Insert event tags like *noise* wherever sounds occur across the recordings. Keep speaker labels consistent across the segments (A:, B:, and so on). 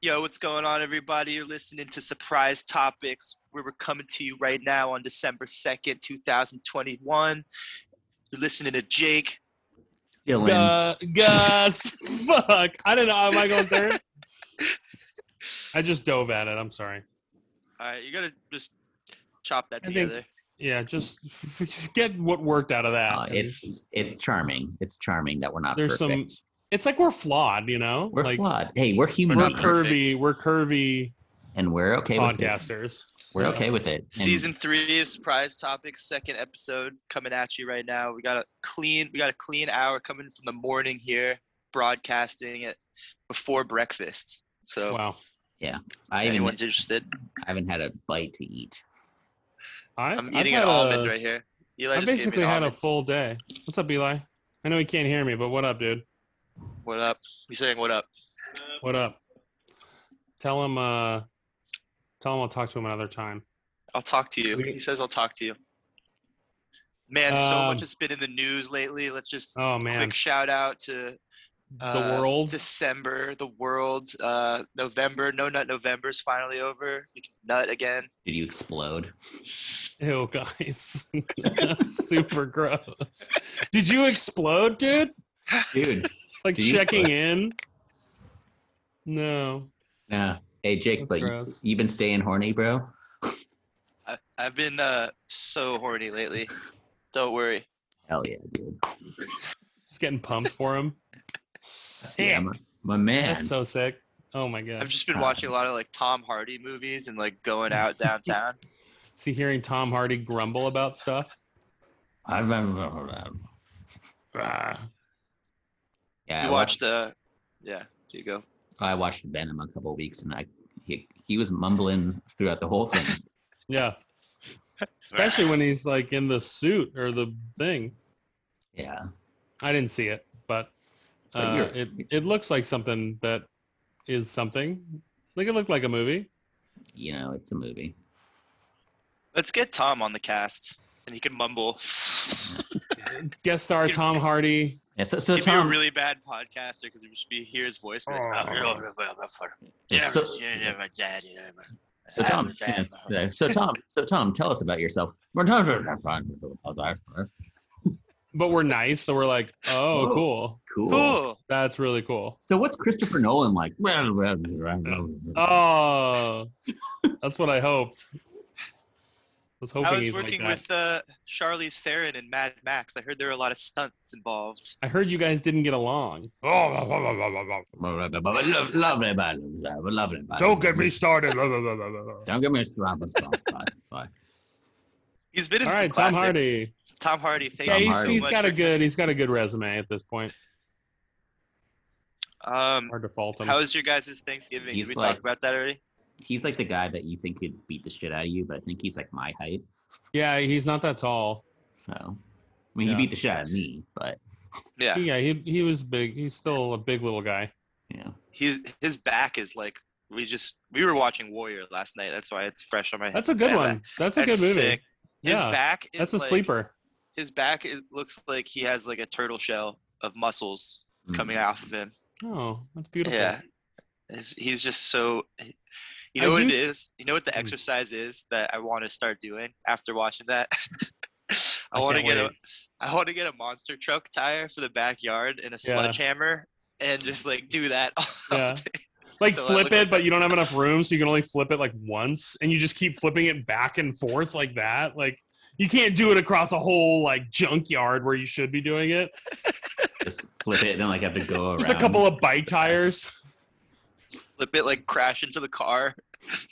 A: Yo, what's going on, everybody? You're listening to Surprise Topics. We were coming to you right now on December 2nd, 2021. You're listening to Jake.
B: Dylan.
C: Gus, Gus, *laughs* fuck. I don't know. Am I going third? I just dove at it. I'm sorry.
A: All right, you got to just chop that
C: I think-
A: together.
C: Yeah, just, *laughs* just get what worked out of that.
B: Uh, it's it's charming. It's charming that we're not
C: There's some-
B: perfect.
C: it's like we're flawed, you know.
B: we're
C: like
B: flawed. Hey, we're human,
C: we're
D: not
C: curvy. We're curvy
B: and we're okay with it.
C: podcasters.
B: We're
C: So,
B: okay with it. And
A: Season three of Surprise Topics, second episode coming at you right now. We got a clean, we got a clean hour coming from the morning here, broadcasting it before breakfast. So,
C: Wow.
B: I
A: if
B: haven't,
A: anyone's interested,
B: I haven't had a bite to eat.
C: I've,
A: I'm
C: I've
A: eating an
C: had
A: almond
C: a-
A: right here. Eli
C: I
A: just gave
C: basically
A: me an
C: had a
A: almond.
C: full day. What's up, Eli? I know he can't hear me, but what up, dude?
A: what up? He's saying what up?
C: What up? Tell him. uh Tell him I'll talk to him another time.
A: I'll talk to you.
C: We-
A: He says I'll talk to you. Man, so
C: Um,
A: much has been in the news lately. Let's just
C: Oh man,
A: quick shout out to uh,
C: the world.
A: December, the world, uh, November. No nut November is finally over. We can nut again.
B: Did you explode?
C: Ew, guys. *laughs* Super gross. Did you explode, dude?
B: *laughs* Dude.
C: Like
B: Did you
C: checking in? No.
B: no. Hey Jake,
C: That's
B: but you,
C: gross.
B: you been staying horny, bro?
A: I, I've been uh, so horny lately. Don't worry.
B: Hell yeah, dude.
C: Just getting pumped
B: *laughs*
C: for him.
B: Yeah,
C: Sick.
B: my, my man.
C: That's so sick. Oh my
A: I've
C: god.
A: just been watching a lot of like Tom Hardy movies and like going
C: *laughs*
A: out downtown.
C: See hearing Tom Hardy grumble about stuff.
B: I've never
C: Ah.
B: Yeah,
A: We
B: I
A: watched uh, yeah. Here you go.
B: I watched Venom a couple weeks and I he, he was mumbling throughout the whole
A: *laughs*
B: thing.
C: Yeah. Especially when he's like in the suit or the thing.
B: yeah.
C: I didn't see it, but
B: But
C: uh,
B: you're-
C: it it looks like something that is something. Like it looked like a movie.
B: You know, it's a movie.
A: Let's get Tom on the cast, and he can mumble. *laughs*
C: Guest star
A: Give-
C: Tom Hardy.
B: Yeah, so so
A: He'd be a
B: Tom,
A: really bad podcaster because we just be hear his voice. be like, "Oh,
C: Oh.
B: yeah, so, So Tom, yes, yeah, so Tom, so Tom, tell us about yourself.
C: But we're nice, so
A: *laughs*
C: we're like, oh,
B: Whoa.
C: cool.
B: Cool.
A: Cool.
C: That's really cool.
B: So what's Christopher Nolan like?
C: Oh, that's what I hoped. I was hoping
A: I was
C: he's
A: working
C: like that.
A: with uh, Charlize Theron and Mad Max. I heard there were a lot of stunts involved.
C: I heard you guys didn't get along. uh,
B: Don't
C: started.
B: Don't get me started.
A: He's been in
C: All
A: *laughs* some
C: right, Tom
A: classics.
C: Hardy.
A: Tom Hardy. Thank
C: Yeah,
B: Tom
A: you
C: he's,
A: so
B: Hardy.
C: he's
A: much
C: got a
A: for-
C: good he's got a good resume at this point.
A: Um,
C: Hard to fault him.
A: how was your guys' Thanksgiving? Did
B: He's
A: we
B: like-
A: talk about that already?
B: He's like the guy that you think could beat the shit out of you, but I think he's like my height.
C: Yeah, he's not that tall.
B: So, I mean,
C: Yeah.
B: he beat the shit out of me, but
A: Yeah.
C: Yeah, he he was big. He's still a big little guy.
B: yeah.
A: He's his back is like we just we were watching Warrior last night. That's why it's fresh on my.
C: That's a good
A: Yeah,
C: one. That's a good movie.
A: sick. His
C: Yeah,
A: back is
C: that's a
A: like-
C: sleeper.
A: His back is, looks like he has like a turtle shell of muscles
B: Mm.
A: coming
C: Mm-hmm.
A: off of him.
C: Oh, that's beautiful.
A: Yeah. He's, he's just so you
C: I
A: know what it
C: do-
A: is? You know what the
C: Mm.
A: exercise is that I want to start doing after watching that? *laughs* I,
C: I
A: want to
C: can't
A: get a
C: wait.
A: I want to get a monster truck tire for the backyard and a sledgehammer and just like do that. all *laughs*
C: Yeah.
A: day.
C: like
A: So I
C: flip
A: look
C: it,
A: at
C: but you don't have enough room, so you can only flip it like once, and you just keep flipping it back and forth like that. Like you can't do it across a whole like junkyard where you should be doing it.
B: Just flip it, then like have to go around.
C: Just a couple of bike tires.
A: Flip it like crash into the car.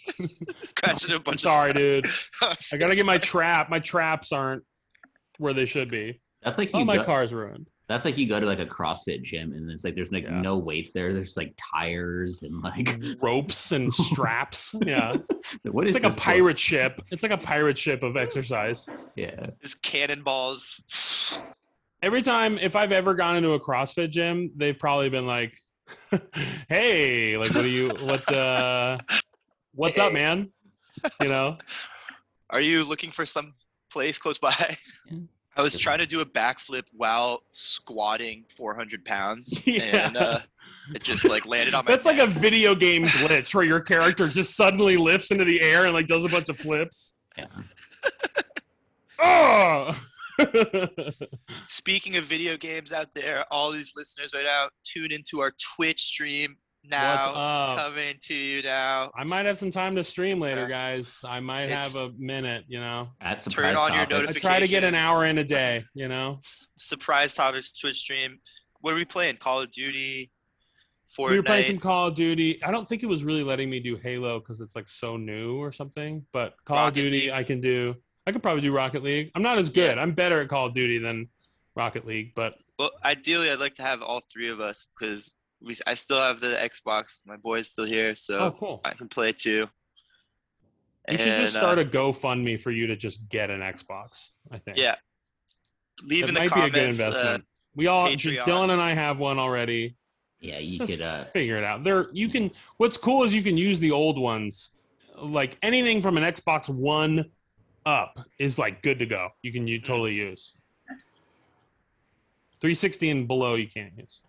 A: *laughs* crash into a *laughs* bunch
C: Sorry, dude.
A: of
C: I
A: stuff.
C: gotta get my trap. My traps aren't where they should be.
B: That's like you
C: Oh, my
B: go-
C: car's ruined.
B: That's like you go to like a CrossFit gym and it's like there's like
C: Yeah.
B: no weights there. There's like tires and like *laughs*
C: Ropes and straps. Yeah,
B: what is
C: it's like
B: this
C: a
B: for?
C: pirate ship. It's like a pirate ship of exercise.
B: Yeah,
A: *laughs* Just cannonballs.
C: every time if I've ever gone into a CrossFit gym, they've probably been like, *laughs* "Hey, like, what do you what uh, what's up,
A: Hey.
C: man?" You know,
A: Are you looking for some place close by? *laughs* I
B: Yeah.
A: was trying to do a backflip while squatting 400 pounds,
C: *laughs* Yeah.
A: and uh, It just like landed on my.
C: That's like a video game glitch where your character just suddenly lifts into the air and like does a bunch of flips.
B: Yeah.
C: Oh.
A: Speaking of video games out there, all these listeners right now, tune into our Twitch stream *laughs*
C: What's
A: now.
C: up?
A: Coming to you now.
C: I might have some time to stream later, guys. I might
A: It's-
C: have a minute, you know.
B: That's a
A: Turn on your
C: I try to get an
A: Notifications. *laughs*
C: hour in a day, you know.
A: S- Surprise topics Twitch stream. What are we playing? Call of Duty. Fortnite.
C: We were playing some Call of Duty. I don't think it was really letting me do Halo because it's like so new or something. But Call of
A: Rocket
C: Duty,
A: League.
C: I can do. I could probably do Rocket League. I'm not as good. I'm better at Call of Duty than Rocket League, but
A: Well, ideally, I'd like to have all three of us because we. I still have the Xbox. My boy's still here, so
C: oh, cool.
A: I can play too.
C: We should just
A: And, uh,
C: start a GoFundMe for you to just get an Xbox. I think.
A: Yeah. Leave
C: That
A: in the
C: might
A: comments.
C: be a good
A: uh,
C: investment. we all
A: Patreon.
C: Dylan and I have one already.
B: Yeah, you
C: Just
B: could. Uh,
C: figure it out. There, you can. What's cool is you can use the old ones. Like anything from an Xbox One up is like good to go. You can you totally use. 360 and below you can't use.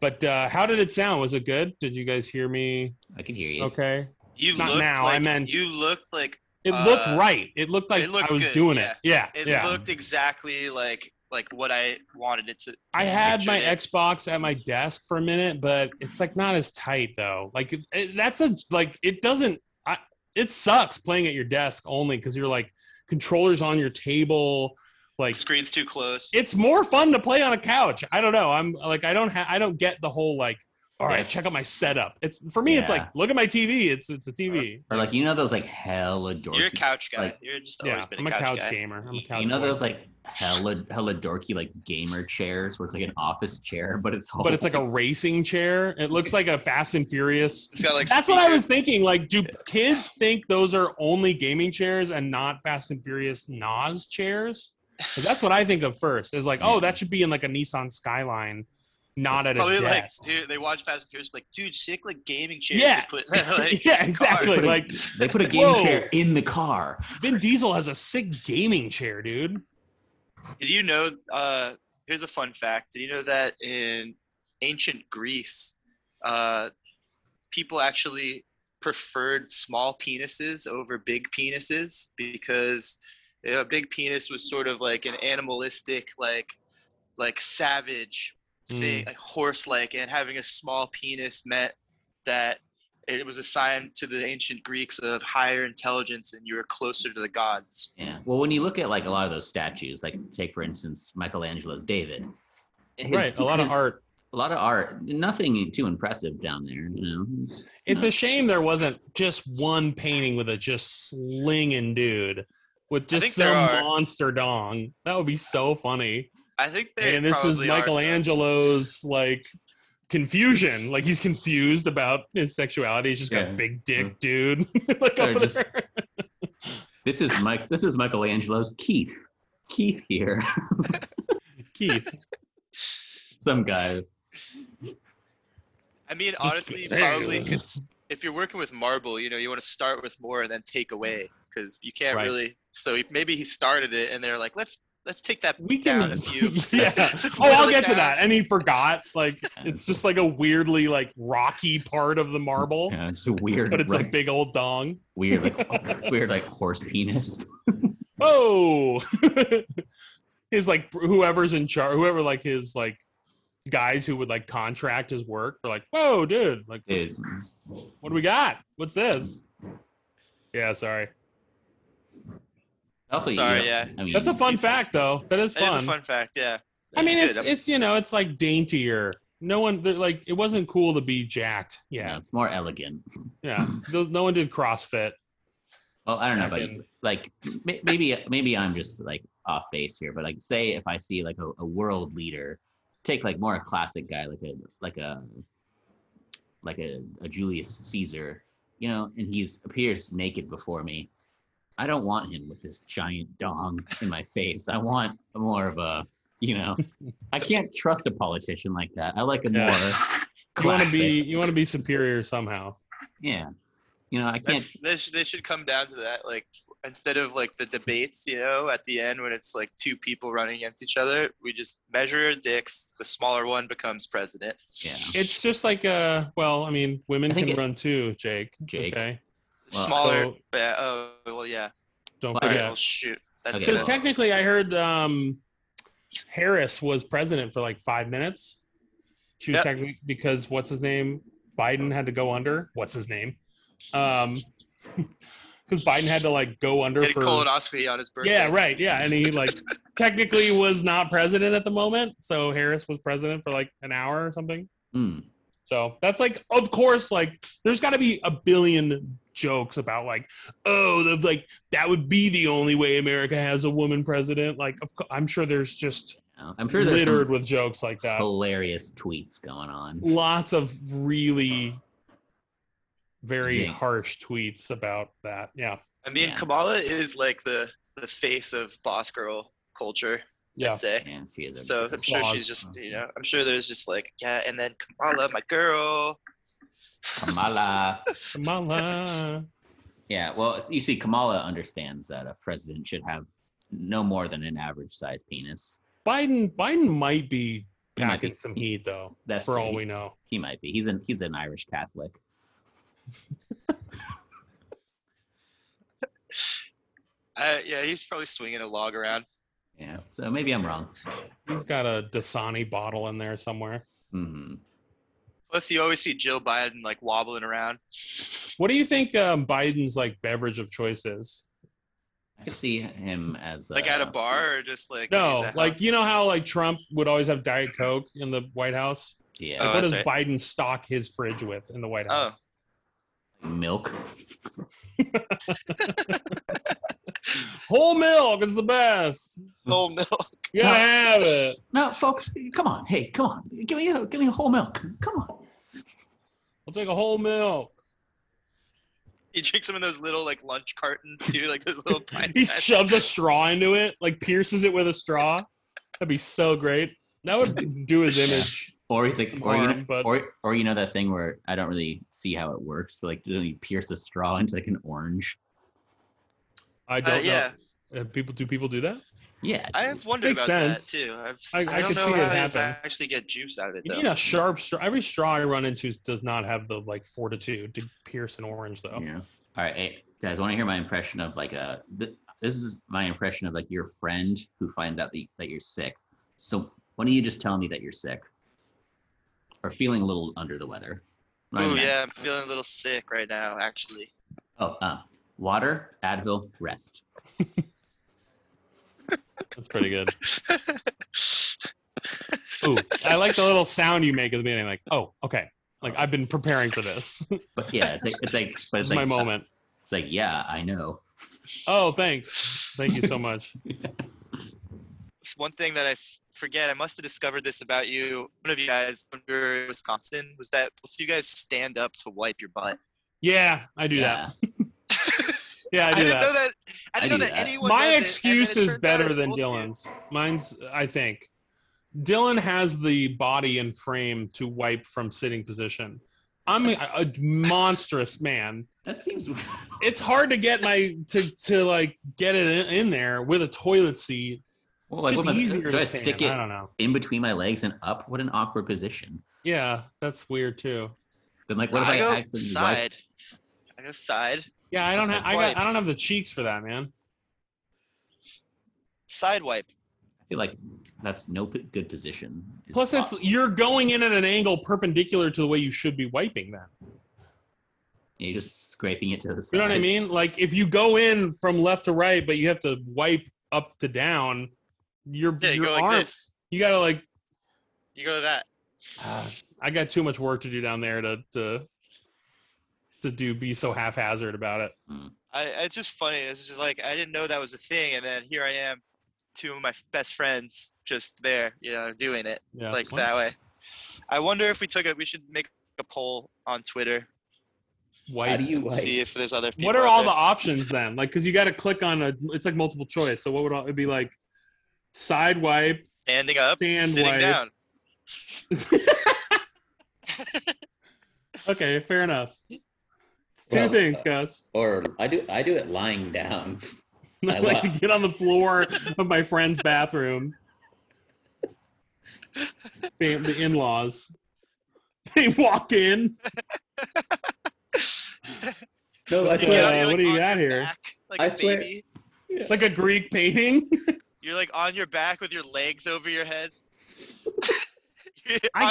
C: But uh, how did it sound? Was it good? Did you guys hear me?
B: I could hear you.
C: Okay.
A: you
C: not
A: looked
C: now, I
A: Like,
C: meant-
A: you looked like
C: It looked
A: Uh,
C: right. It looked like
A: it looked
C: I was
A: good,
C: doing it. Yeah.
A: it
C: yeah.
A: looked exactly like like what I wanted it to.
C: I had my
A: pictured it.
C: Xbox at my desk for a minute, but it's like not as tight though. Like it- it, that's a like it doesn't. I it sucks playing at your desk only because you're like controllers on your table. Like
A: Screen's too close.
C: it's more fun to play on a couch. I don't know. I'm like I don't have I don't get the whole like all right
B: Yeah.
C: check out my setup. It's for me it's
B: Yeah.
C: like look at my TV. It's it's a TV.
B: Or like you know those like hella dorky.
A: You're a couch guy.
B: like-
A: You're just
C: yeah,
A: always been
C: I'm
A: a couch, guy.
C: gamer. I'm a couch.
B: you know
C: boy.
B: those like hella hella dorky like gamer chairs where it's like an office chair, but it's all
C: but it's like
B: *laughs*
C: a racing chair. It looks like a Fast and Furious
A: It's got like.
C: That's what I
A: *laughs*
C: was
A: speakers.
C: thinking. Like, do kids think those are only gaming chairs and not Fast and Furious Nas chairs? 'Cause That's what I think of first. Is like, oh, that should be in like a Nissan Skyline, not at a
A: Probably like,
C: desk.
A: dude, *laughs* they watch Fast and Furious. Like, dude, sick, like gaming chairs.
C: Yeah.
A: they put, *laughs* like,
C: *laughs* yeah,
A: *laughs*
C: exactly.
A: cars.
C: Like
B: they put a game
C: Whoa.
B: chair in the car.
C: Vin Diesel has a sick gaming chair, dude.
A: Did you know? Uh, here's a fun fact. Did you know that in ancient Greece, uh, people actually preferred small penises over big penises because you know, a big penis was sort of like an animalistic, like, like savage
C: Hmm.
A: thing, like horse-like, and having a small penis meant that it was a sign to the ancient Greeks of higher intelligence, and you were closer to the gods.
B: Yeah. Well, when you look at like a lot of those statues, like take for instance Michelangelo's David. His-
C: right, a
A: *laughs*
C: lot of
B: his-
C: art.
B: a lot of art. Nothing too impressive down there. You know.
C: It's a shame there wasn't just one painting with a just slinging dude with
A: think
C: just
A: there
C: some
A: are.
C: monster dong. That would be so funny.
A: I think they
C: and this is
A: probably are some.
C: Michelangelo's like confusion.
B: *laughs*
C: Like he's confused about his sexuality. He's just got
B: Yeah.
C: a big
B: Yeah.
C: dick, dude. *laughs* like
B: Or
C: up
B: just- *laughs*
C: there.
B: This
C: *laughs*
B: is Mike. This is Michelangelo's Keith. Keith here, *laughs*
C: Keith.
B: some guy.
A: I mean, honestly, you
C: There
A: probably
C: you
A: could.
C: *laughs*
A: s- If you're working with marble, you know, you want to start with more and then take away because you can't
C: Right.
A: really. So he- maybe he started it, and they're like, let's let's take that
C: We
A: down
C: can *laughs*
A: a few.
C: Yeah.
A: *laughs* Let's
C: *laughs* Oh, I'll
A: whittle it
C: get to
A: down.
C: that. And he forgot.
B: *laughs*
C: Like it's just like a weirdly like rocky part of the marble.
B: Yeah,
C: *laughs*
B: it's a weird,
C: But it's a
B: like,
C: big old dong.
B: weird,
C: *laughs*
B: like weird, like horse penis.
C: Oh, *laughs* his like whoever's in charge, whoever like his like guys who would like contract his work. They're like, whoa, dude, like
B: Dude,
C: what's- What do we got? What's this? Yeah, sorry.
B: also, you
A: Sorry,
B: know,
A: yeah.
B: I mean,
C: That's a fun
A: It's-
C: fact, though. That is
A: That is
C: fun.
A: a fun fact. Yeah.
C: I mean,
A: Good.
C: it's
A: I'm-
C: it's you know, it's like daintier. No one they're, like it wasn't cool to be jacked.
B: you know,
C: Yeah,
B: it's more elegant.
C: yeah. Those, no one did CrossFit.
B: Well, I don't know
C: Back
B: about you. Like, may- maybe, maybe I'm just like off base here, but like, say if I see like a, a world leader, take like more a classic guy, like a like a like a, a Julius Caesar, you know, and he's appears naked before me. I don't want him with this giant dong in my face. I want more of a, you know, I can't trust a politician like that. I like a
C: Yeah.
B: more
C: You want to
B: classic.
C: be you want to be superior somehow.
B: yeah. You know, I can't.
A: That's, they, should, they should come down to that. Like, instead of like the debates, you know, at the end when it's like two people running against each other, we just measure our dicks. The smaller one becomes president.
B: Yeah.
C: It's just like uh well, I mean, women
B: I think
C: can
B: it-
C: run too, Jake.
B: Jake.
C: Okay.
B: Well,
A: smaller.
C: so-
A: yeah, oh well, yeah.
C: Don't
B: Well,
A: All right,
C: forget.
A: well, shoot. That's
B: Okay.
C: Because
A: good.
B: Well-
C: technically I heard um Harris was president for like five minutes. She was
A: Yep.
C: technically because what's his name? Biden had to go under. What's his name? Um *laughs* because Biden had to like go under
A: Get a
C: for
A: colonoscopy on his birthday.
C: Yeah, right. Yeah, and he like technically was not president at the moment, so Harris was president for like an hour or something.
B: Hmm.
C: So that's like, of course, like there's got to be a billion jokes about like, oh, the, like that would be the only way America has a woman president. Like, of co- I'm sure there's just
B: I'm sure there's
C: littered
B: some
C: with jokes like that.
B: hilarious tweets going on.
C: Lots of really very
B: Zing.
C: harsh tweets about that. Yeah,
A: I mean,
B: Yeah.
A: Kamala is like the the face of boss girl culture.
C: yeah.
A: I'd say.
B: Yeah, she is a-
A: So
C: *laughs*
A: I'm sure she's
C: Applause.
A: just, you know, I'm sure there's just like, yeah, and then Kamala, my girl.
B: Kamala.
C: Kamala.
B: Yeah, well, you see, Kamala understands that a president should have no more than an average size penis.
C: Biden. Biden might be
B: He might be-
C: packing some heat though.
B: That's
C: for all
B: pretty-
C: we know.
B: He might be. He's an he's an Irish Catholic.
A: Uh, yeah, he's probably swinging a log around.
B: Yeah, so maybe I'm wrong.
C: He's got a Dasani bottle in there somewhere.
B: hmm
A: Plus, you always see Jill Biden like wobbling around.
C: What do you think um, Biden's like beverage of choice is?
B: I could see him as
A: Like at a
B: uh,
A: bar or just like. is
C: No,
A: that how- *laughs*
C: like you know how like Trump would always have Diet Coke in the White House.
B: Yeah,
A: Oh,
C: What
A: that's
C: does
A: right.
C: Biden stock his fridge with in the White
A: Oh.
C: House?
B: milk.
C: Whole milk is the best.
A: whole milk.
C: You gotta have it.
B: No, folks, come on. Hey, come on. Give me a give me a whole milk. Come on.
C: I'll take a whole milk.
A: He drinks some of those little like lunch cartons too, like those
C: *laughs*
A: little pine
C: He
A: size-
C: shoves a straw into it, like pierces it with a straw. That'd be so great. That would
A: *laughs*
C: do his image.
B: Or he's like, or you,
C: Warm,
B: know,
C: but-
B: or or you know that thing where I don't really see how it works. Like, do you pierce a straw into like an orange?
C: I
A: Uh,
C: don't
A: yeah,
C: know. Uh, people do people do that?
B: Yeah,
A: I have wondered
C: Makes
A: about
C: sense.
A: that too. I've,
C: I-
A: I,
C: I
A: don't
C: could
A: know
C: see it
A: how to
C: happen.
A: actually get juice out of it
C: You
A: though.
C: need a sharp straw. Every straw I run into does not have the like fortitude to pierce an orange, though.
B: Yeah. All right, hey, guys. Want to hear my impression of like a? Th- this is my impression of like your friend who finds out that, you- that you're sick. So why don't you just tell me that you're sick, or feeling a little under the weather? Not
A: Ooh,
B: even-
A: yeah, I'm feeling a little sick right now, actually.
B: Oh, uh, water, Advil, rest.
C: That's
A: *laughs*
C: pretty good. Ooh, I like the little sound you make at the beginning, like, oh, okay. Like I've been preparing for this. *laughs* this
B: But yeah, it's like it's like, but it's
C: is my
B: like
C: moment.
B: It's like yeah, I know.
C: Oh, thanks. Thank you so much.
A: one thing that I f- forget, I must have discovered this about you, one of you guys when we were in Wisconsin, was that both of you guys stand up to wipe your butt.
C: Yeah, I do
B: yeah.
C: that. Yeah, I do
A: didn't
C: that.
A: know that. I
B: I
A: didn't know
B: do
A: that,
B: that.
A: anyone.
C: My
A: does it, and then
C: excuse
A: it
C: is
A: turns out
C: better
A: it's
C: than
A: both of you.
C: Dylan's. Mine's, I think. Dylan has the body and frame to wipe from sitting position. I'm a, a monstrous man.
B: That seems. *laughs*
C: it's hard to get my to to like get it in, in there with a toilet seat.
B: Well, like,
C: It's
B: what
C: just
B: am I-
C: easier
B: do
C: to
B: I
C: stand.
B: stick
C: I
B: it
C: don't know.
B: in between my legs and up? What an awkward position.
C: Yeah, that's weird too.
B: Then like, what if
A: I
B: I,
A: go
B: accidentally wipe-
A: side. I go side,
C: Yeah, I don't have I,
A: Wipe.
C: got, I don't have the cheeks for that, man.
A: side wipe.
B: I feel like that's no p- good position. It's
C: Plus, it's
B: awkward.
C: you're going in at an angle perpendicular to the way you should be wiping them.
B: you're just scraping it to the side.
C: You know what I mean? Like if you go in from left to right, but you have to wipe up to down, your
A: Yeah, you
C: your
A: go like
C: arms.
A: this.
C: You gotta like.
A: You go that.
C: ah, I got too much work to do down there to to to do be so haphazard about it.
A: I, it's just funny. It's just like I didn't know that was a thing, and then here I am, two of my f- best friends just there, you know, doing it
C: Yeah,
A: like
C: Wonder-
A: that way. I wonder if we took it. We should make a poll on Twitter.
C: Wipe.
B: How do you
A: and
B: wipe?
A: See if there's other. People
C: what are
A: out
C: all the
A: there.
C: options then? Like, because you got to click on a, it's like multiple choice. So what would all, it'd be like? Side wipe.
A: standing up,
C: stand
A: sitting
C: wipe?
A: down?
C: Okay, fair enough. It's two
D: Well,
C: things, Gus. *laughs*
D: Or I do I do it lying down.
C: I like to get on the floor of my friend's bathroom. Fam- the in-laws. *laughs* They walk in.
B: *laughs*
D: No, I
C: You
D: swear.
C: get on- Uh, what do you
A: on
C: got
A: your
C: here?
A: back, like
D: I
A: a
D: swear-
A: baby.
C: Like a Greek painting. *laughs*
A: You're like on your back with your legs over your head.
C: I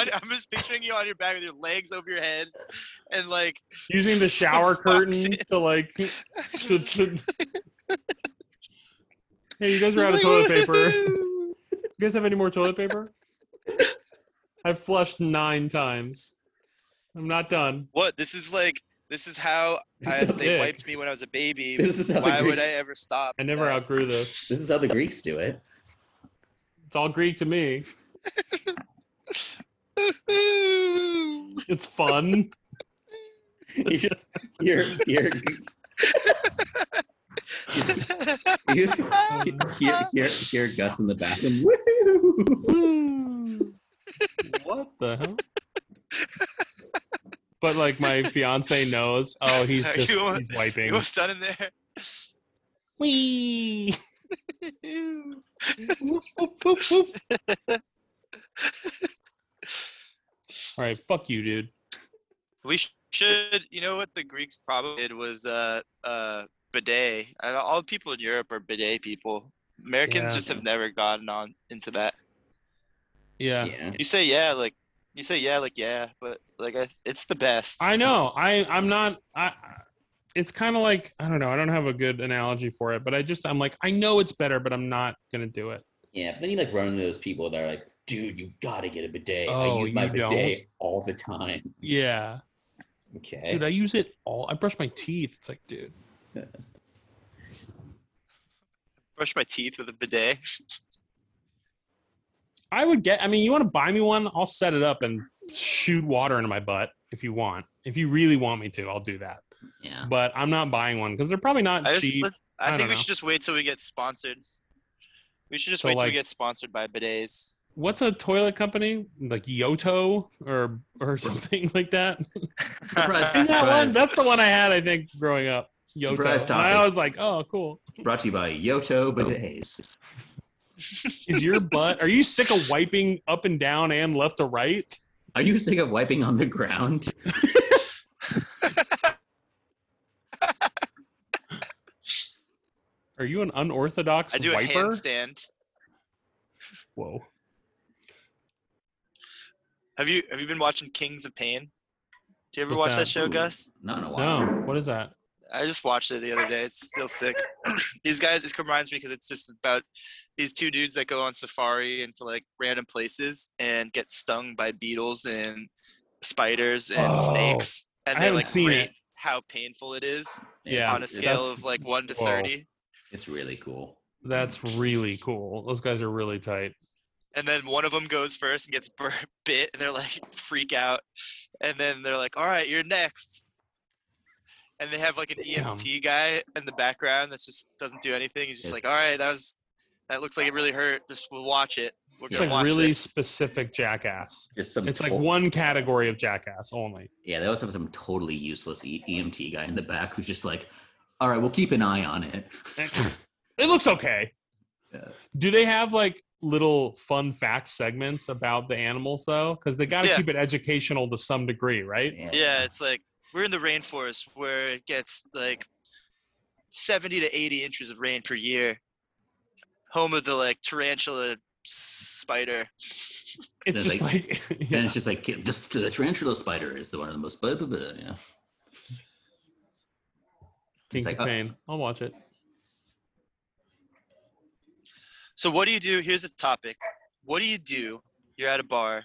A: *laughs* on,
C: g-
A: I'm just picturing you on your back with your legs over your head, and like
C: Using the shower
A: Box
C: curtain
A: it.
C: to like
A: *laughs*
C: to- to- Hey, you guys are
A: *laughs*
C: out of
A: Just
C: toilet
A: like,
C: paper. You guys have any more toilet paper? I've flushed nine times. I'm not done.
A: *laughs* what? This is like this is how I,
D: This is
A: they
C: sick.
A: wiped me when I was a baby.
D: This is how
A: Why
D: the
A: would
D: Greeks,
A: I ever stop?
C: I never
A: that? *laughs*
C: outgrew this.
D: this is how the Greeks do it.
C: It's all Greek to me. It's fun. *laughs*
D: You just you're you're you just hear, hear, hear Gus in the bathroom. Woo!
C: what the hell? But like my fiance knows. Oh, he's
A: Are
C: just
A: you on-
C: he's wiping.
A: You almost done in there?
C: Whee! All right, fuck you, dude.
A: We sh- should, you know what the Greeks probably did was uh uh bidet. I, all people in Europe are bidet people. Americans
C: Yeah.
A: just have never gotten on into that.
C: Yeah.
D: Yeah.
A: You say yeah, like you say yeah, like yeah, but like I, it's the best.
C: I know. I I'm not. I. It's kind of like I don't know. I don't have a good analogy for it, but I just I'm like I know it's better, but I'm not gonna do it.
D: Yeah, but then you like run into those people that are like, dude, you gotta get a bidet.
C: Oh,
D: I use my
C: you don't?
D: bidet all the time.
C: Yeah,
D: Okay.
C: dude. I use it all. I brush my teeth. It's like, dude.
A: brush my teeth with a bidet.
C: I would get. I mean, you want to buy me one? I'll set it up and shoot water into my butt if you want. If you really want me to, I'll do that.
B: Yeah.
C: But I'm not buying one because they're probably not
A: I just
C: cheap.
A: let's- I,
C: I
A: think
C: don't
A: we
C: know.
A: should just wait till we get sponsored. We should just
C: So,
A: wait till
C: like-
A: we get sponsored by bidets.
C: What's a toilet company like Yoto or or *laughs* something like that?
A: *laughs*
C: Isn't that
B: Right.
C: one? That's the one I had, I think, growing up. Yoto.
D: Surprise
C: And I
D: topic.
C: was like, oh, cool.
D: Brought to you by Yoto Bidets.
C: Is your butt? Are you sick of wiping up and down and left to right?
D: Are you sick of wiping on the ground?
C: Are you an unorthodox
A: I do a
C: wiper?
A: handstand.
C: Whoa.
A: Have you have you been watching Kings of Pain? Do you ever
C: What's
A: watch
C: that?
A: that show,
D: Ooh.
A: Gus?
D: Not in a while.
C: No. What is that?
A: I just watched it the other day. It's still sick. *clears throat* these guys, it reminds me because it's just about these two dudes that go on safari into like random places and get stung by beetles and spiders and
C: Oh,
A: snakes, and
C: I
A: they
C: haven't
A: like
C: seen
A: rate
C: it.
A: how painful it is
C: Yeah,
A: on a scale of like one to
C: whoa.
A: thirty.
D: It's really cool.
C: That's really cool. Those guys are really tight.
A: And then one of them goes first and gets bur- *laughs* bit, and they're like *laughs* freak out, and then they're like, "All right, you're next." And they have like an
C: Damn.
A: EMT guy in the background that just doesn't do anything. He's just
D: Yes.
A: like, "All right, that was that looks like it really hurt. Just we'll watch it. We're
C: It's
A: gonna
C: like
A: watch
C: really
A: this."
C: specific jackass.
D: There's some.
C: It's like
D: to-
C: one category of jackass only.
D: Yeah, they also have some totally useless e- EMT guy in the back who's just like, all right, we'll keep an eye on it.
C: It looks okay.
D: Yeah.
C: Do they have like little fun fact segments about the animals though? Because they got to
A: Yeah.
C: keep it educational to some degree, right?
A: Yeah, it's like we're in the rainforest where it gets like 70 to 80 inches of rain per year. Home of the like tarantula spider.
C: It's
D: They're
C: just like, *laughs*
D: And
C: yeah.
D: it's just like this, the tarantula spider is the one of the most blah blah blah. Yeah.
C: Kings
D: like,
C: of
D: uh,
C: Pain. I'll watch it.
A: So what do you do? Here's a topic. What do you do? You're at a bar.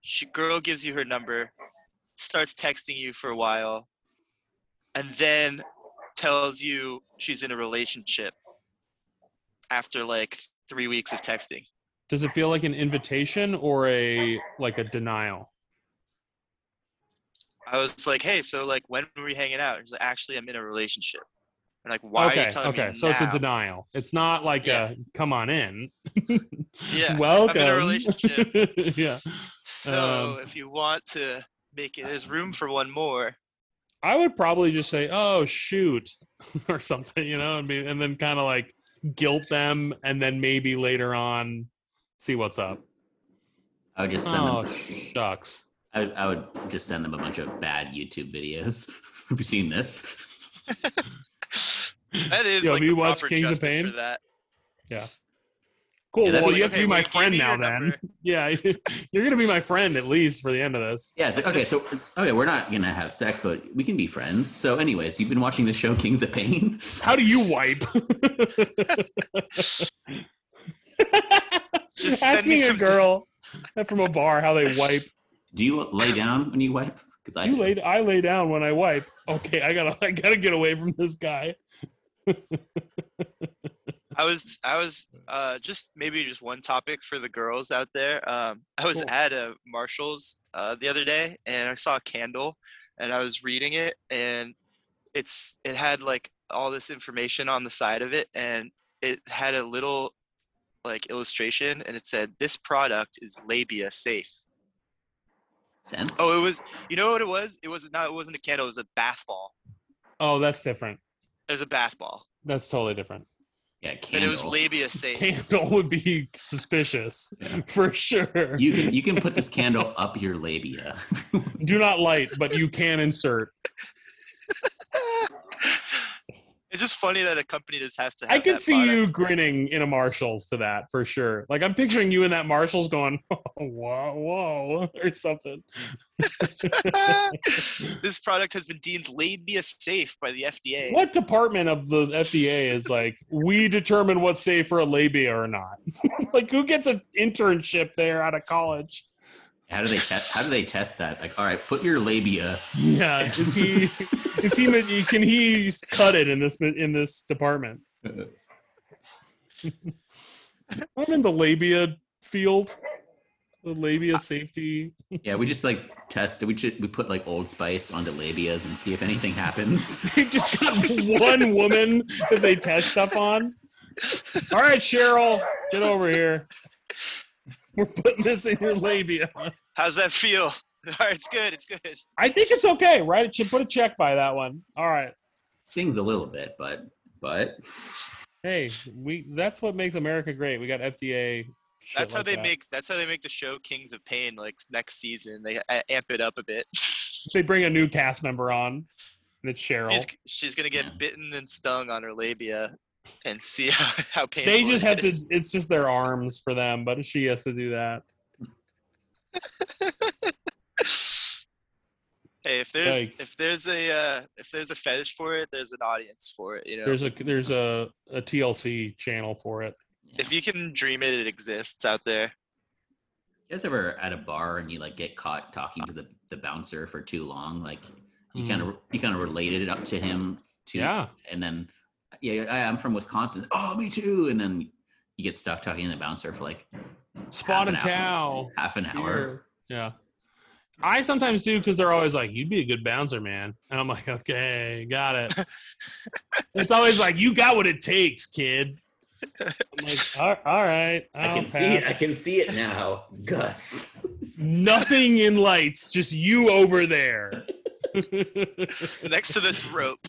A: She girl gives you her number, starts texting you for a while, and then tells you she's in a relationship after like three weeks of texting.
C: Does it feel like an invitation or a like a denial?
A: I was like, hey, so like when were we hanging out? She's like, actually, I'm in a relationship. And like, why are
C: okay,
A: you telling
C: okay.
A: me
C: so it's a
A: now?
C: denial. It's not like
A: Yeah.
C: a come on in.
A: *laughs* Yeah,
C: Welcome.
A: relationship.
C: *laughs* yeah.
A: so
C: Um,
A: if you want to make it, there's room for one more. *laughs*
C: I would probably just say, "Oh shoot," *laughs* or something, you know, and be, and then kind of like guilt them, and then maybe later on see what's up.
B: I would just send
C: Oh
B: them.
C: shucks.
B: I would, I would just send them a bunch of bad YouTube videos. *laughs* Have you seen this?
A: That is
C: Yo,
A: like
C: we
A: the
C: watch
A: proper
C: Kings of
A: justice
C: Pain?
A: for that.
C: Cool.
B: Yeah, that'd
C: well,
B: be-
C: you have to
A: okay,
C: be my
A: wait, give
C: friend
A: me
C: now,
A: your
C: then. *laughs*
A: number.
C: Yeah, you're gonna be my friend at least for the end of this.
B: Yeah, it's like, okay, so it's- okay, we're not gonna have sex, but we can be friends. So, anyways, you've been watching the show Kings of Pain.
C: How do you wipe?
A: Just send me
C: asking a
A: some-
C: *laughs* girl from a bar how they wipe.
B: Do you lay down when you wipe? Because I
C: You
B: do.
C: lay. I lay down when I wipe. Okay, I gotta. *laughs* I gotta get away from this guy.
A: I was I was uh, just maybe just one topic for the girls out there. Um, I was
C: Cool.
A: at a Marshalls uh, the other day and I saw a candle and I was reading it and it's it had like all this information on the side of it and it had a little like illustration and it said this product is labia safe.
B: Sense?
A: Oh, it was you know what it was? It was not it wasn't a candle, it was a bath ball.
C: Oh, that's different.
A: It was a bath ball.
C: That's totally different.
B: yeah,
A: But
B: candle.
A: it was labia safe.
C: Candle *laughs* would be suspicious
B: Yeah.
C: *laughs* for sure.
B: You can you can put this candle *laughs* up your labia.
C: Do not light, but you can
A: *laughs*
C: insert.
A: it's just funny that a company just has to have
C: I could
A: that
C: see
A: product.
C: you grinning *laughs* in a Marshalls to that for sure. Like I'm picturing you in that Marshalls going, *laughs* whoa, whoa, or something.
A: *laughs* this product has been deemed labia safe by the FDA.
C: What department of the FDA is like, we determine what's safe for a labia or not? *laughs* like who gets an internship there out of college?
B: How do they test? How do they test that? Like, all right, put your labia.
C: Yeah, is he? is he? Can he cut it in this in this department? I'm in the labia field. The labia safety.
B: Yeah, we just like test. We ju- we put like Old Spice onto labias and see if anything happens.
C: They just got one woman that they test stuff on. All right, Cheryl, get over here. We're putting this in your labia.
A: How's that feel? *laughs* All right, it's good. It's good.
C: I think it's okay, right? It should put a check by that one. All right.
B: Stings a little bit, but but
C: Hey, we that's what makes America great. We got FDA. shit
A: That's how
C: like
A: they
C: that.
A: make. That's how they make the show Kings of Pain. Like next season, they a- amp it up a bit.
C: they bring a new cast member on, and it's Cheryl.
A: She's, she's gonna get
B: Yeah.
A: bitten and stung on her labia, and see *laughs* how how painful.
C: they just
A: it
C: have to.
A: is.
C: It's just their arms for them, but she has to do that.
A: Hey, if there's
C: Yikes.
A: if there's a uh, if there's a fetish for it, there's an audience for it. You know,
C: There's a there's a, a TLC channel for it.
A: if you can dream it, it exists out there.
B: You guys ever at a bar and you like get caught talking to the, the bouncer for too long? Like you kind of you kind of related it up to him too.
C: Hmm. Yeah,
B: And then yeah, I, I'm from Wisconsin. Oh, me too. And then you get stuck talking to the bouncer for like
C: spotted
B: half an
C: cow.
B: hour, half an hour.
C: Yeah, I sometimes do because they're always like, "You'd be a good bouncer, man," and I'm like, "Okay, got it."
B: *laughs*
C: it's always like, "You got what it takes, kid." I'm like, "All, all right,
B: I can
C: I'll
B: see it.
C: pass."
B: I can see it now, Gus.
C: nothing in lights, just you over there. *laughs*
A: Next to this rope.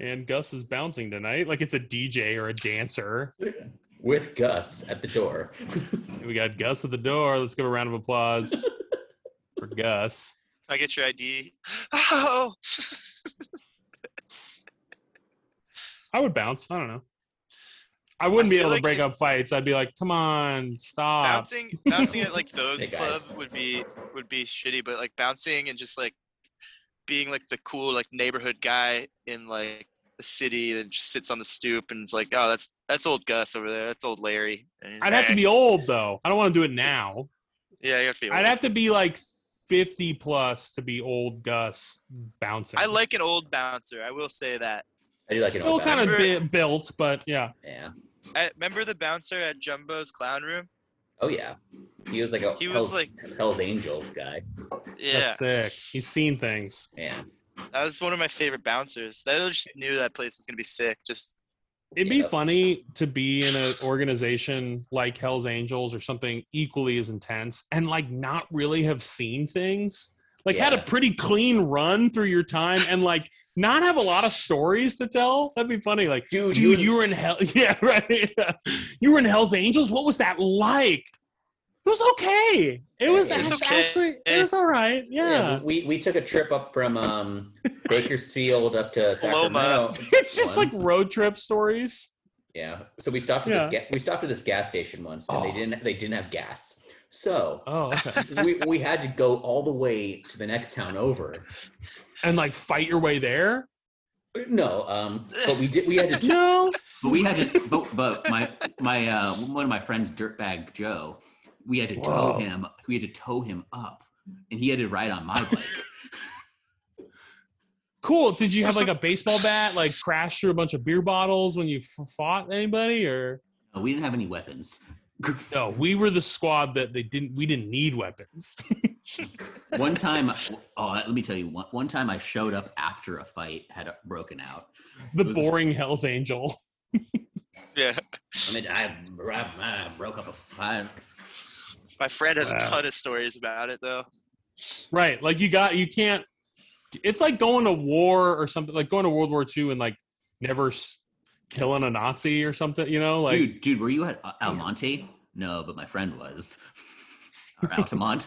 C: and Gus is bouncing tonight, like it's a DJ or a dancer.
B: With Gus at the door.
C: We got Gus at the door. Let's give a round of
B: *laughs*
C: applause for Gus.
A: Can I get your ID? *gasps* Oh,
C: I would bounce. I don't know. I wouldn't be
A: feel
C: able to
A: like
C: break
A: it-
C: up fights. I'd be like, "Come on, stop."
A: bouncing, bouncing at like
C: *laughs*
A: those
B: Hey,
A: club
B: guys.
A: would be would be shitty, but like bouncing and just like being like the cool like neighborhood guy in like the city that just sits on the stoop and is like, oh, that's that's old Gus over there. That's old Larry. And he's,
C: I'd have to
A: "Eh."
C: be old though. I don't want to do it now.
A: Yeah, you have to be. Old.
C: I'd have to be like fifty plus to be old Gus bouncing.
A: I like an old bouncer. I will say that.
B: I do like an
C: still
B: old
C: kind of
B: bouncer.
A: bouncer.
C: bi- built, but yeah.
B: Yeah.
A: I, remember the bouncer at Jumbo's Clown Room?
B: Oh yeah. He was like a
A: He was
B: Hell's,
A: like-
B: Hell's Angels guy.
A: Yeah,
C: That's sick. He's seen things.
B: Yeah.
A: that was one of my favorite bouncers. That I just knew that place was gonna be sick. Just
C: It'd be
B: Yeah.
C: funny to be in an organization like Hell's Angels or something equally as intense and like not really have seen things. Like had a
B: Yeah.
C: pretty clean run through your time and like not have a lot of stories to tell. That'd be funny. Like,
B: Dude,
C: dude,
B: you-
C: you were in hell. *laughs* Yeah, right. You were in Hell's Angels. What was that like? It was okay. It was,
B: It was Eh.
C: act-
A: okay.
C: actually it was all right. Yeah.
B: we we took a trip up from um, Bakersfield up to
A: Paloma.
B: Sacramento.
C: It's just
B: once.
C: like road trip stories.
B: Yeah. So we stopped at this ga- we stopped at this gas station once, and they
C: Oh.
B: didn't they didn't have gas.
C: *laughs*
B: So
C: Oh,
B: *laughs*
C: okay.
B: we we had to go all the way to the next town over.
C: and like fight your way there.
B: No, um, but we did we had to t-
C: No.
B: but we had
E: had to, but, but my my uh, one of my friends, dirtbag Joe, we had to
C: Whoa.
E: tow him. We had to tow him up, and he had to ride on my bike.
C: Cool. Did you have like a baseball bat? Like crash through a bunch of beer bottles when you f- fought anybody or?
E: Uh, we didn't have any weapons.
C: No, we were the squad that they didn't. We didn't need weapons. *laughs*
E: One time,
B: oh let me tell you one, one time I showed up after a fight had broken out.
C: the
B: It was-
C: boring Hell's Angel.
A: Yeah,
B: I mean I, I, I broke up a fight.
A: my friend has
C: Wow.
A: a ton of stories about it though.
C: Right. Like you got you can't it's like going to war or something like going to World War II and like never s- killing a Nazi or something, you know? Like
B: dude, dude, were you at Al- Almonte? No, but my friend was. *laughs* Or Altamont.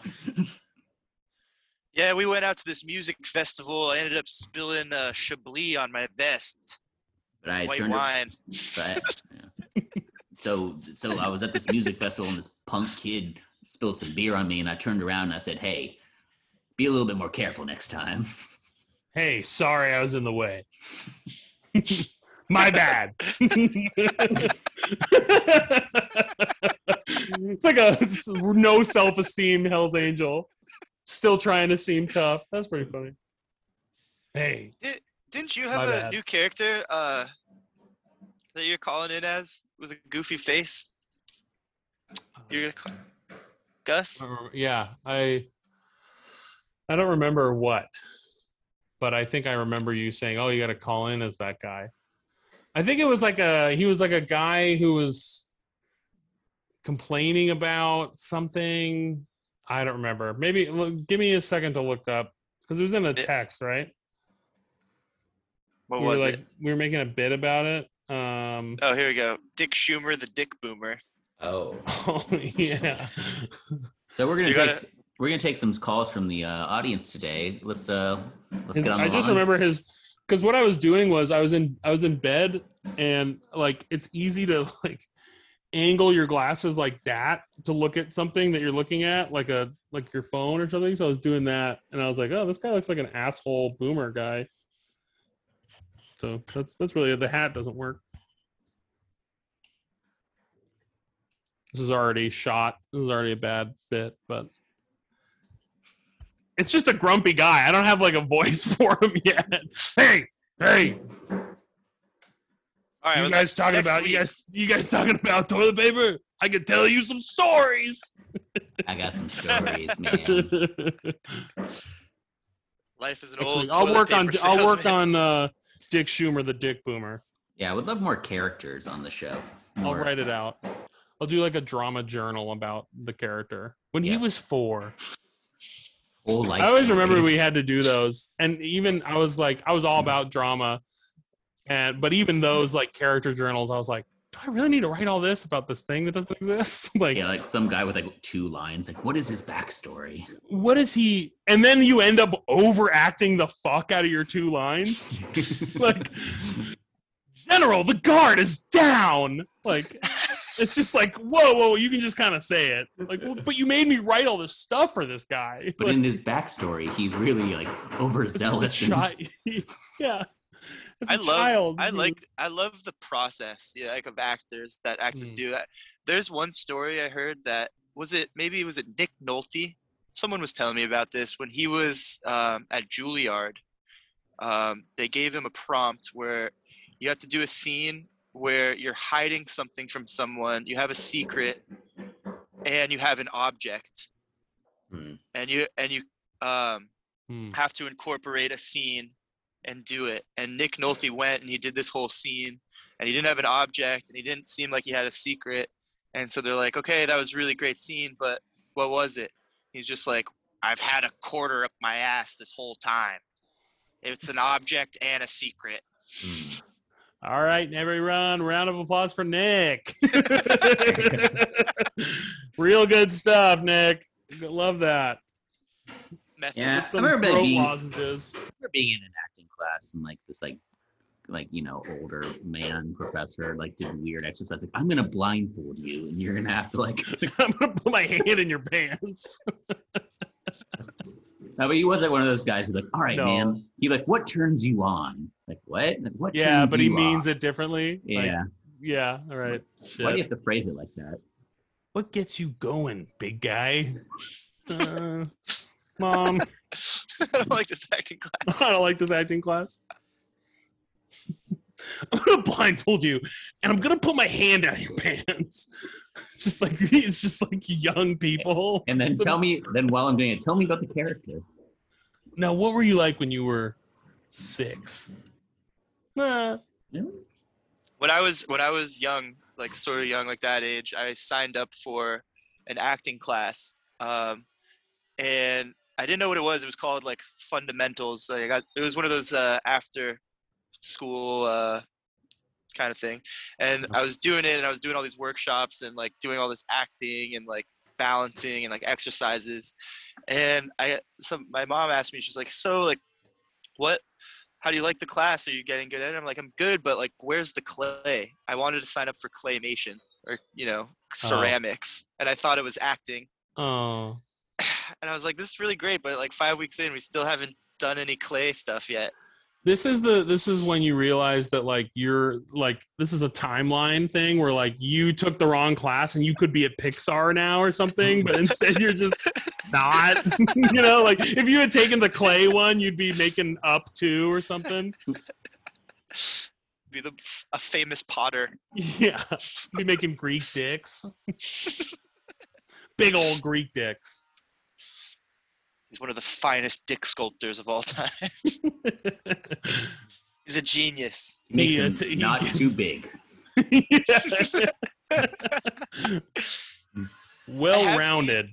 A: Yeah, we went out to this music festival. I ended up spilling uh, Chablis on my vest,
B: But I
A: white
B: turned it-
A: wine.
B: *laughs* But yeah. so so I was at this music festival and this punk kid spilled some beer on me and I turned around and I said, "Hey, be a little bit more careful next time."
C: hey, sorry I was in the way. My bad. *laughs* it's like a s- no self-esteem Hell's Angel. Still trying to seem tough. That's pretty funny. Hey,
A: Didn't you
C: My
A: have a
C: bad.
A: new character uh, that you're calling in as with a goofy face?
C: Uh,
A: You're gonna call Gus.
C: I remember- yeah i i don't remember what but i think i remember you saying oh you got to call in as that guy i think it was like a he was like a guy who was complaining about something i don't remember maybe well, give me a second to look up because it was in a
A: It-
C: text right
A: What
C: we were
A: was
C: like
A: it?
C: we were making a bit about it um
A: Oh, here we go. Dick Schumer, the Dick Boomer.
B: Oh.
C: oh *laughs* yeah
B: So we're going
A: You
B: to take
A: gotta-
B: s- we're going to take some calls from the uh, audience today. Let's uh let's
C: His-
B: get on the
C: I just
B: line.
C: remember his because what I was doing was I was in I was in bed and like it's easy to *laughs* like angle your glasses like that to look at something that you're looking at like a like your phone or something. So I was doing that and I was like, oh, this guy looks like an asshole boomer guy. So that's that's really the hat doesn't work. This is already shot. This is already a bad bit, but it's just a grumpy guy. I don't have like a voice *laughs* for him yet. Hey, hey,
A: All right,
C: you
A: well,
C: guys talking
A: next
C: about
A: week.
C: you guys you guys talking about toilet paper? I could tell you some stories. *laughs*
B: I got some stories, man.
A: life is an
C: Actually,
A: old.
C: I'll
A: toilet
C: work on
A: paper
C: I'll work
A: salesman.
C: on uh, Dick Schumer, the Dick Boomer.
B: Yeah, I would love more characters on the show.
C: I'll
B: More-
C: write it out. I'll do like a drama journal about the character when he
B: Yeah.
C: was four.
B: whole life
C: I always
B: story.
C: remember we had to do those, and even I was like, I was all about drama, and but even those like character journals, I was like, do I really need to write all this about this thing that doesn't exist? *laughs* like,
B: yeah, like some guy with like two lines. Like, what is his backstory?
C: what is he? And then you end up overacting the fuck out of your two lines, *laughs* like, General, the guard is down. Like, it's just like, whoa, whoa, you can just kind of say it. Like, well, but you made me write all this stuff for this guy.
B: But
C: Like-
B: in his backstory, he's really like
C: It's for the
B: overzealous. and- *laughs*
C: chi- *laughs* yeah. As
A: I
C: a
A: love-
C: child,
A: I
C: he *laughs*
A: like I love the process, yeah, like of actors that actors
C: Mm.
A: do that. There's one story I heard that was it maybe it was it Nick Nolte? Someone was telling me about this when he was um, at Juilliard. Um, they gave him a prompt where you have to do a scene where you're hiding something from someone, you have a secret, and you have an object,
B: Hmm.
A: and you and you um,
C: was-
A: have to incorporate a scene and do it. And Nick Nolte went and he did this whole scene and he didn't have an object and he didn't seem like he had a secret. And so they're like, okay, that was a really great scene, but what was it? He's just like, I've had a quarter up my ass this whole time. It's an object and a secret.
B: Hmm.
D: Mm.
C: All right, everyone, round of applause
A: *laughs*
C: for Nick. *laughs* Real good stuff, Nick. Love that.
A: Method.
D: Yeah.
A: *laughs*
C: Get some
D: I remember
C: throat
D: being-
C: lozenges. *laughs*
B: remember being in an acting class and like this like like you know older man professor like did weird exercise like i'm gonna blindfold you and you're gonna have to like
C: I'm gonna put my hand in your pants.
B: no, but he wasn't one of those guys who like all right
C: No.
B: man he like what turns you on like what like, *laughs* what
C: yeah,
B: turns
C: but he
B: you
C: means
B: on?
C: it differently. Like,
B: yeah
C: yeah. All right.
B: why do you
C: Shit.
B: have to phrase it like that
C: What gets you going, big guy? *laughs* Uh, Mom,
A: I don't like this acting class.
C: *laughs* I don't like this acting class. *laughs* I'm gonna blindfold you, and I'm gonna put my hand down your *laughs* pants. It's just like it's just like young people.
B: and then
C: It's a-
B: tell me then while i'm doing it tell me about the character
C: Now, what were you like when you were six? Nah.
A: When I was when I was young, like sort of young, like that age, I signed up for an acting class, um, and I didn't know what it was. It was called like fundamentals. Like I got it was one of those uh, after school uh, kind of thing, and I was doing it, and I was doing all these workshops and like doing all this acting and like balancing and like exercises, and I some my mom asked me, she's like, so like, what how do you like the class? Are you getting good at it? I'm like, I'm good, but like, where's the clay? I wanted to sign up for claymation or, you know, ceramics. And I thought it was acting.
C: Oh.
A: And I was like, this is really great, but like five weeks in, we still haven't done any clay stuff yet.
C: This is the this is when you realize that like you're like this is a timeline thing where like you took the wrong class and you could be at Pixar now or something, but instead you're just not. *laughs* you know, like if you had taken the clay one, you'd be making up two or something.
A: Be the a famous potter.
C: Yeah. Be making Greek dicks. Big old Greek dicks.
A: He's one of the finest dick sculptors of all time. *laughs* He's a genius.
D: Makes
C: He, uh,
D: him
C: t- he
D: not
C: gives-
D: too
C: *laughs*
D: big.
C: well rounded.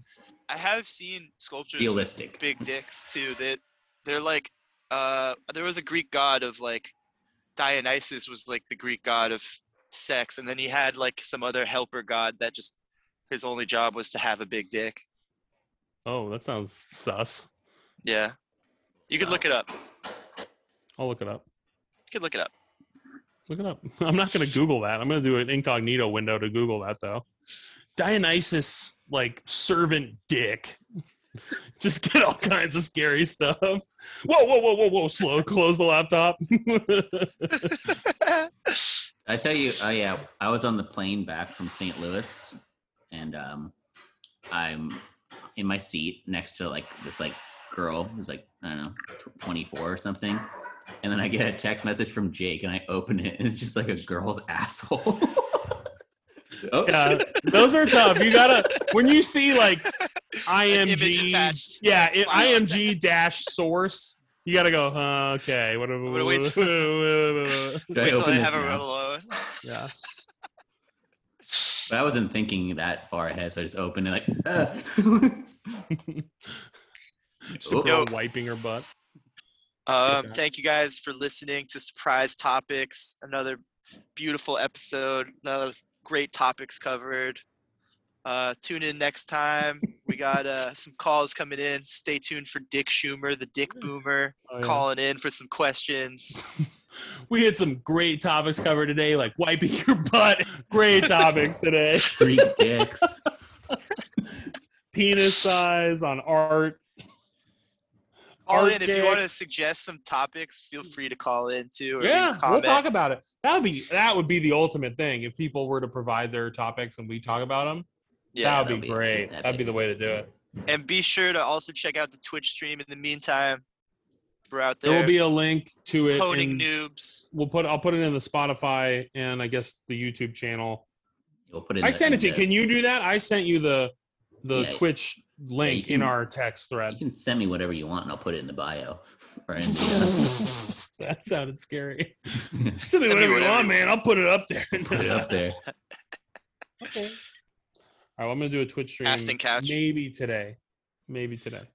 A: I have seen sculptures of
D: Realistic.
A: big dicks too. That they're like, uh, there was a Greek god of like, Dionysus was like the Greek god of sex, and then he had like some other helper god that just his only job was to have a big dick.
C: Oh, that sounds sus.
A: Yeah, you could look it up. You
C: I'll look it up.
A: could look it up.
C: Look it up. *laughs* I'm not going to Google that. I'm going to do an incognito window to Google that though. Dionysus, like servant dick. *laughs* Just get all kinds of scary stuff. Whoa, whoa, whoa, whoa, whoa! Slow, close the laptop. *laughs*
A: *laughs*
D: I tell you, oh yeah, I was on the plane back from St. Louis, and um, I'm in my seat next to like this like girl who's like I don't know, tw- 24 or something, and then I get a text message from Jake, and I open it, and it's just like a girl's *laughs* asshole. oh,
C: yeah, *laughs* those are tough. You gotta when you see like
A: *laughs* An image
C: IMG.
A: attached.
C: Yeah, it,
A: Wow.
C: IMG dash source. You gotta go. Huh, okay, what?
A: I'm
C: *laughs*
A: gonna wait
D: do I
A: Wait till
D: open
A: I
D: this
A: have a
D: now?
A: real alone.
C: yeah.
D: But I wasn't thinking that far ahead, so I just opened it like. *laughs* Uh.
C: Just a
D: Oh.
C: girl wiping her butt.
A: Um,
C: Okay.
A: Thank you guys for listening to Surprise Topics. Another beautiful episode. Another great topics covered. Uh, tune in next time. We got
C: *laughs*
A: uh, some calls coming in. Stay tuned for Dick Schumer, the Dick Boomer,
C: Oh, yeah.
A: calling in for some
C: *laughs*
A: questions.
C: We had some great topics covered today, like wiping *laughs* your butt. Great topics today.
D: Greek dicks.
C: Penis size on art.
A: Call
C: Our
A: in if you want to
C: dicks.
A: suggest some topics. Feel free to call in too. Or leave a
C: Yeah, we'll
A: comment.
C: talk about it. That would be that would be the ultimate thing if people were to provide their topics and we talk about them.
A: Yeah.
C: that would
D: that'd
C: be
D: be-
C: great.
D: that'd
C: that'd
D: be-
C: be the way to do it.
A: And be sure to also check out the Twitch stream. In the meantime, we're out there.
C: There will be a link to it.
A: coding
C: in-
A: noobs.
C: We'll put. I'll put it in the Spotify and I guess the YouTube channel.
D: We'll put it. in
C: I
D: the-
C: sent it
D: in
C: to you.
D: the-
C: Can you do that? I sent you the the
D: Yeah.
C: Twitch link in
D: can-
C: our text thread.
D: You *laughs* can send me whatever you want, and I'll put it in the bio. Or in
C: *laughs*
D: *laughs* the,
C: that sounded scary.
D: uh,
C: Send me
A: Send me
C: whatever you
A: whatever
C: want,
A: you
C: man. I'll put it up there. *laughs*
D: put it up there.
C: Okay. All right, well, I'm gonna do a Twitch stream.
A: Casting couch.
C: Maybe today. Maybe today.